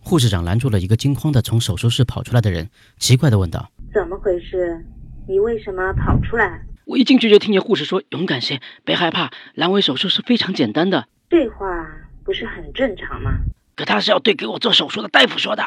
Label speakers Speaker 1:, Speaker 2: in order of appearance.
Speaker 1: 护士长拦住了一个惊慌的从手术室跑出来的人，奇怪的问道
Speaker 2: 怎么回事？你为什么跑出来？：“
Speaker 1: 我一进去就听见护士说，勇敢些，别害怕，阑尾手术是非常简单的。
Speaker 2: 这话不是很正常吗？
Speaker 1: 可他是要对给我做手术的大夫说的。